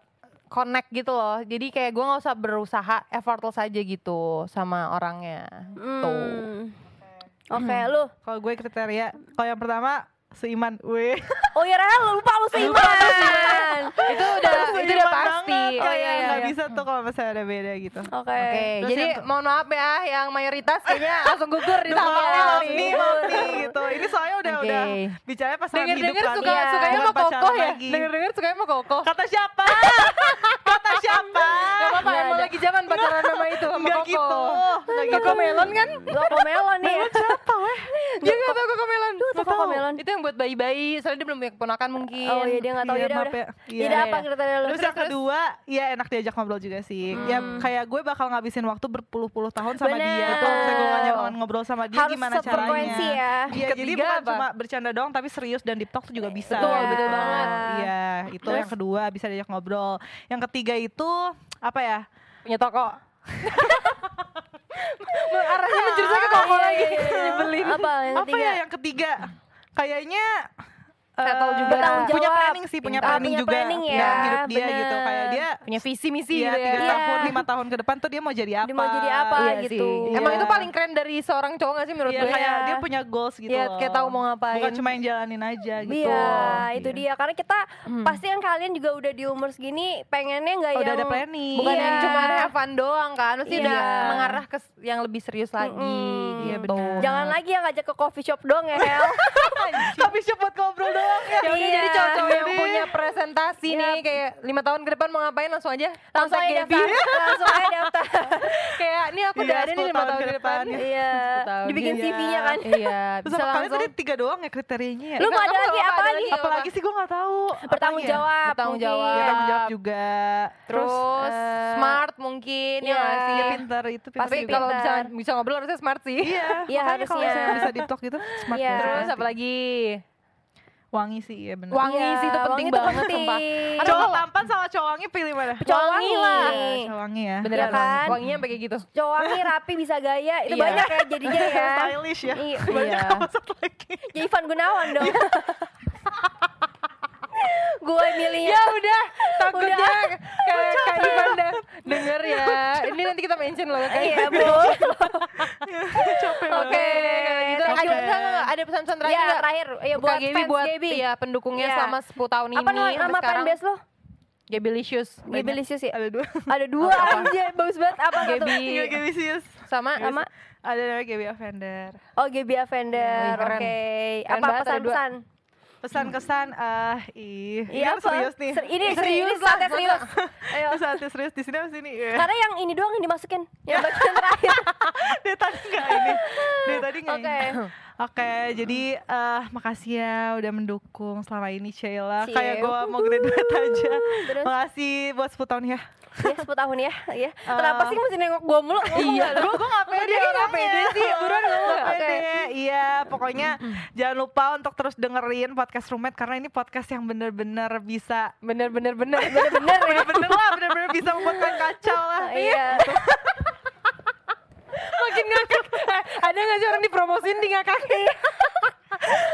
connect gitu loh. Jadi kayak gue nggak usah berusaha effortless aja gitu sama orangnya. Tuh. Hmm. Oke, lu. Kalau gue kriteria, kalau yang pertama seiman, weh. Oh iya Rahel, lupa lu seiman. Itu Iya, udah itu udah Seiman pasti. banget, Oh, kayak iya, iya, nggak iya. bisa tuh kalau misalnya ada beda gitu. Oke. Oke, Terus jadi yang- mohon maaf ya yang mayoritas kayaknya langsung gugur di Nah, Maaf tampang nih, ya. maaf iya, nih, maaf nih, gitu. Ini soalnya udah Oke. udah bicaranya pasangan Dengar hidup dengar kan. suka Iya. sukanya Bukan sama kokoh pacaran ya. lagi. Dengar dengar sukanya sama kokoh. Kata siapa? Kata siapa? Gak apa-apa, Nggak emang ada. lagi zaman pacaran nama itu sama Enggak Koko. gitu. Enggak gitu. Koko melon kan? Loko melon nih. ya. Siapa, weh? Dia gak tau Koko melon. Duh, Nggak Koko tahu. melon. Itu yang buat bayi-bayi, soalnya dia belum punya keponakan mungkin. Oh iya dia enggak tahu Iya, ya udah. maaf udah. ya. Iya. Tidak apa gitu. kriteria lu. Terus, yang kedua, ya enak diajak ngobrol juga sih. Ya kayak gue bakal ngabisin waktu berpuluh-puluh tahun sama dia. Hmm. Bener. Kalau misalnya gue nggak nyaman ngobrol sama dia Harus gimana sefrekuensi caranya? ya. Iya, jadi Ketiga bukan apa? Iya. cuma bercanda doang tapi serius dan deep talk tuh juga bisa. Betul, gitu. betul banget. Iya, itu Terus? yang kedua bisa diajak ngobrol. Yang ketiga itu apa ya? Punya toko. Arahnya menjurusnya ke Koko Iya, lagi. iya, iya. Nyebelin. Apa yang apa ketiga? ya yang ketiga? Kayaknya Settle eh, juga. Bertanggung punya jawab. planning sih, punya Pintar. planning Punya juga planning ya, dalam hidup dia bener. gitu. Kayak dia Punya visi misi Iya, gitu ya. tiga Iya. tahun, lima tahun ke depan tuh dia mau jadi apa? Dia mau jadi apa Iya gitu. sih. Emang itu paling keren dari seorang cowok gak sih menurut Iya, gue? ya. kayak Iya. dia punya goals gitu. Iya, loh. kayak tahu mau ngapain. Bukan cuma yang jalanin aja gitu. Iya, itu Iya. dia. Karena kita pasti kan kalian juga udah di umur segini pengennya nggak Oh, yang udah ada planning. Bukan yang Iya. cuma have fun doang kan, mesti Iya. udah mengarah ke s- yang lebih serius lagi Mm-mm. Iya, gitu. benar. Jangan lagi yang ngajak ke coffee shop doang ya, Hel. Tapi cuma buat ngobrol doang ya. Ya udah Iya. jadi cowok-cowok yang Jadi- punya presentasi Iya. nih kayak lima tahun ke depan mau ngapain langsung aja langsung kontak aja Gaby. daftar. Langsung aja daftar. kayak ini aku Iya, udah ada nih 10 lima tahun ke depan. Iya. Tahun. Dibikin Iya. CV-nya kan. Iya, Terus bisa apa kalian langsung. tadi tiga doang ya kriterianya ya? Lu Enggak, mau ada kamu lagi apa, apa ada lagi? lagi? Apalagi sih gue gak tahu. Apalagi Bertanggung ya? jawab. Bertanggung mungkin. jawab. Iya, tanggung jawab juga. Terus eh, smart mungkin ya iya. nggak sih? Iya, pintar itu pintar Tapi juga. kalau bisa pintar. bisa ngobrol harusnya smart sih. Iya, Iya, makanya kalau harusnya. misalnya bisa di talk gitu smart Iya. ya. Terus apa lagi? Wangi sih, ya benar. Wangi Iya, sih itu penting wangi itu banget sumpah. penting. Ada Cowok tampan sama cowok wangi pilih mana? Cowok Wangi wangi lah. lah. Iya, Cowok wangi ya. Beneran Iya kan? wangi. Wanginya sampai kayak gitu. Cowok wangi rapi bisa gaya. Itu Iya. banyak ya jadinya ya. Stylish ya. Iya. Banyak Iya. alasan lagi. Jadi Ivan Gunawan dong. gue milihnya. Ya udah, takutnya Udah. kayak Kak Ivan dah denger ya. Ini nanti kita mention loh Kak Iya, Ivan. Bu. Capek banget. Oke, gitu. Thank Ada you. pesan nggak? Ada pesan terakhir Iya, nggak? terakhir. Iya, Buat buat Gaby fans buat Gaby. ya pendukungnya Iya. selama 10 tahun ini Apa nama- sampai nama sekarang fanbase lo? Gabylicious Gabilisius ya? Ada dua. Ada dua Apa? aja, bagus banget. Apa tuh? Gaby Iya, Gaby Sius. sama Sama? Ada namanya Gaby Offender. Oh, Gaby Avender. Iya, keren. Oke. Keren Apa banget, ada dua. pesan-pesan? Pesan kesan ah ih. Ini Iya, kan serius nih. Ini serius lah, Serius lah, saatnya masa? serius. Ayo. Terus saatnya serius di sini apa sini? Iya. Karena yang ini doang yang dimasukin, yang bagian terakhir. Dia tadi enggak ini. Dia tadi enggak. Oke. ini. Oke, jadi eh makasih ya udah mendukung selama ini Cie. Sheila. Kayak gua mau graduate aja. Uhuh. Terus? Makasih buat 10 tahun ya. Ya, 10 tahun ya. ya. Kenapa sih mesti nengok gua mulu? Iya, Ngomong gua gak pede gak pede sih, buruan ngomong. Gak pede. Iya, pokoknya jangan lupa untuk terus dengerin podcast Roommate karena ini podcast yang bener-bener bisa Bener bener bener. Bener ya? bener-bener lah, bener-bener bisa membuat kalian kacau lah. Iya. Makin ngakak. Eh, Ada nggak sih orang dipromosin di ngakak?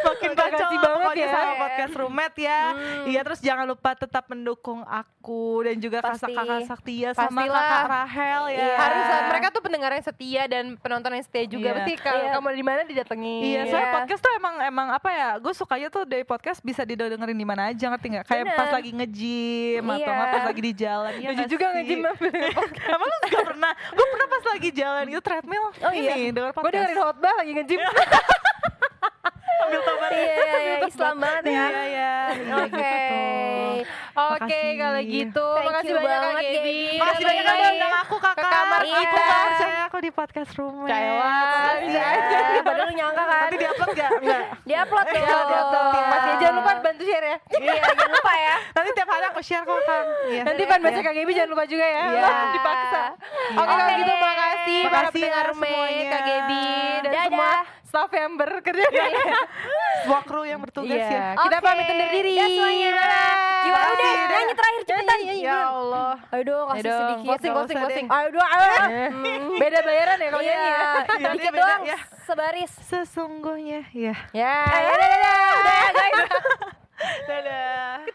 Makin Terima kacau Iya. kasih lah banget pokoknya ya. Hmm. sama podcast podcast Rumet ya. Iya terus jangan lupa tetap mendukung aku dan juga Pasti. kakak-kakak Saktia iya, sama Pastilah. kakak Rahel ya. Iya. Harus mereka tuh pendengar yang setia dan penonton yang setia juga Iya. pasti kalau Iya. kamu di mana didatangi. Iya, soalnya Iya. podcast tuh emang emang apa ya? Gue sukanya tuh dari podcast bisa didengerin di mana aja, ngerti nggak? Kayak pas Bener. lagi nge-gym atau Iya. nggak pas lagi di jalan. ya Jujur nggak juga sih? nge-gym Emang lu nggak pernah? Gue pernah pas lagi jalan itu treadmill. Oh iya. Ini, denger podcast. Gue dengerin khotbah lagi nge-gym. Ambil tobat. Iya, iya, iya, Islam banget ya. Iya, iya. Iya, Oke. gitu tuh. Oke, Makasih. kalau gitu Thank makasih you banyak Kak banget, Gaby. Gaby. Makasih banyak Bye-bye. udah undang aku kakak. Iya, kamar aku kita. kan saya aku di podcast rumah. Kecewa. Iya, padahal lu nyangka kan. Nanti diupload nggak? Nggak. Dia upload tuh. Iya, dia upload, iya. Masih jangan lupa bantu share ya. Iya, jangan lupa ya. Nanti tiap hari aku share kok kan. Iya. Nanti pan baca Kak Gaby jangan lupa juga ya. Iya. Ah. Dipaksa. Iya. Oke, kalau gitu makasih para Makasih ya pendengar Rumet, semuanya. Kak Gaby Iya, dan Dadah. semua staff yang bekerja. Semua kru yang bertugas Iya. ya. Kita Oke, pamit undur diri. Dadah semuanya. Bye. Jiwa Makasih, udah, dadah. nyanyi terakhir Iya, cepetan. Ya Allah. Ayo dong, Ayo kasih dong, sedikit. closing, Nggak closing, usah closing. deh. Ayo dong, ayo. Beda bayaran ya kalau Hmm. Iya, nyanyi ya. Iya, dikit dia beda, doang, ya. sebaris. Sesungguhnya ya. Eh, Ya. Ayo, dadah, dadah. Udah, guys. Dadah.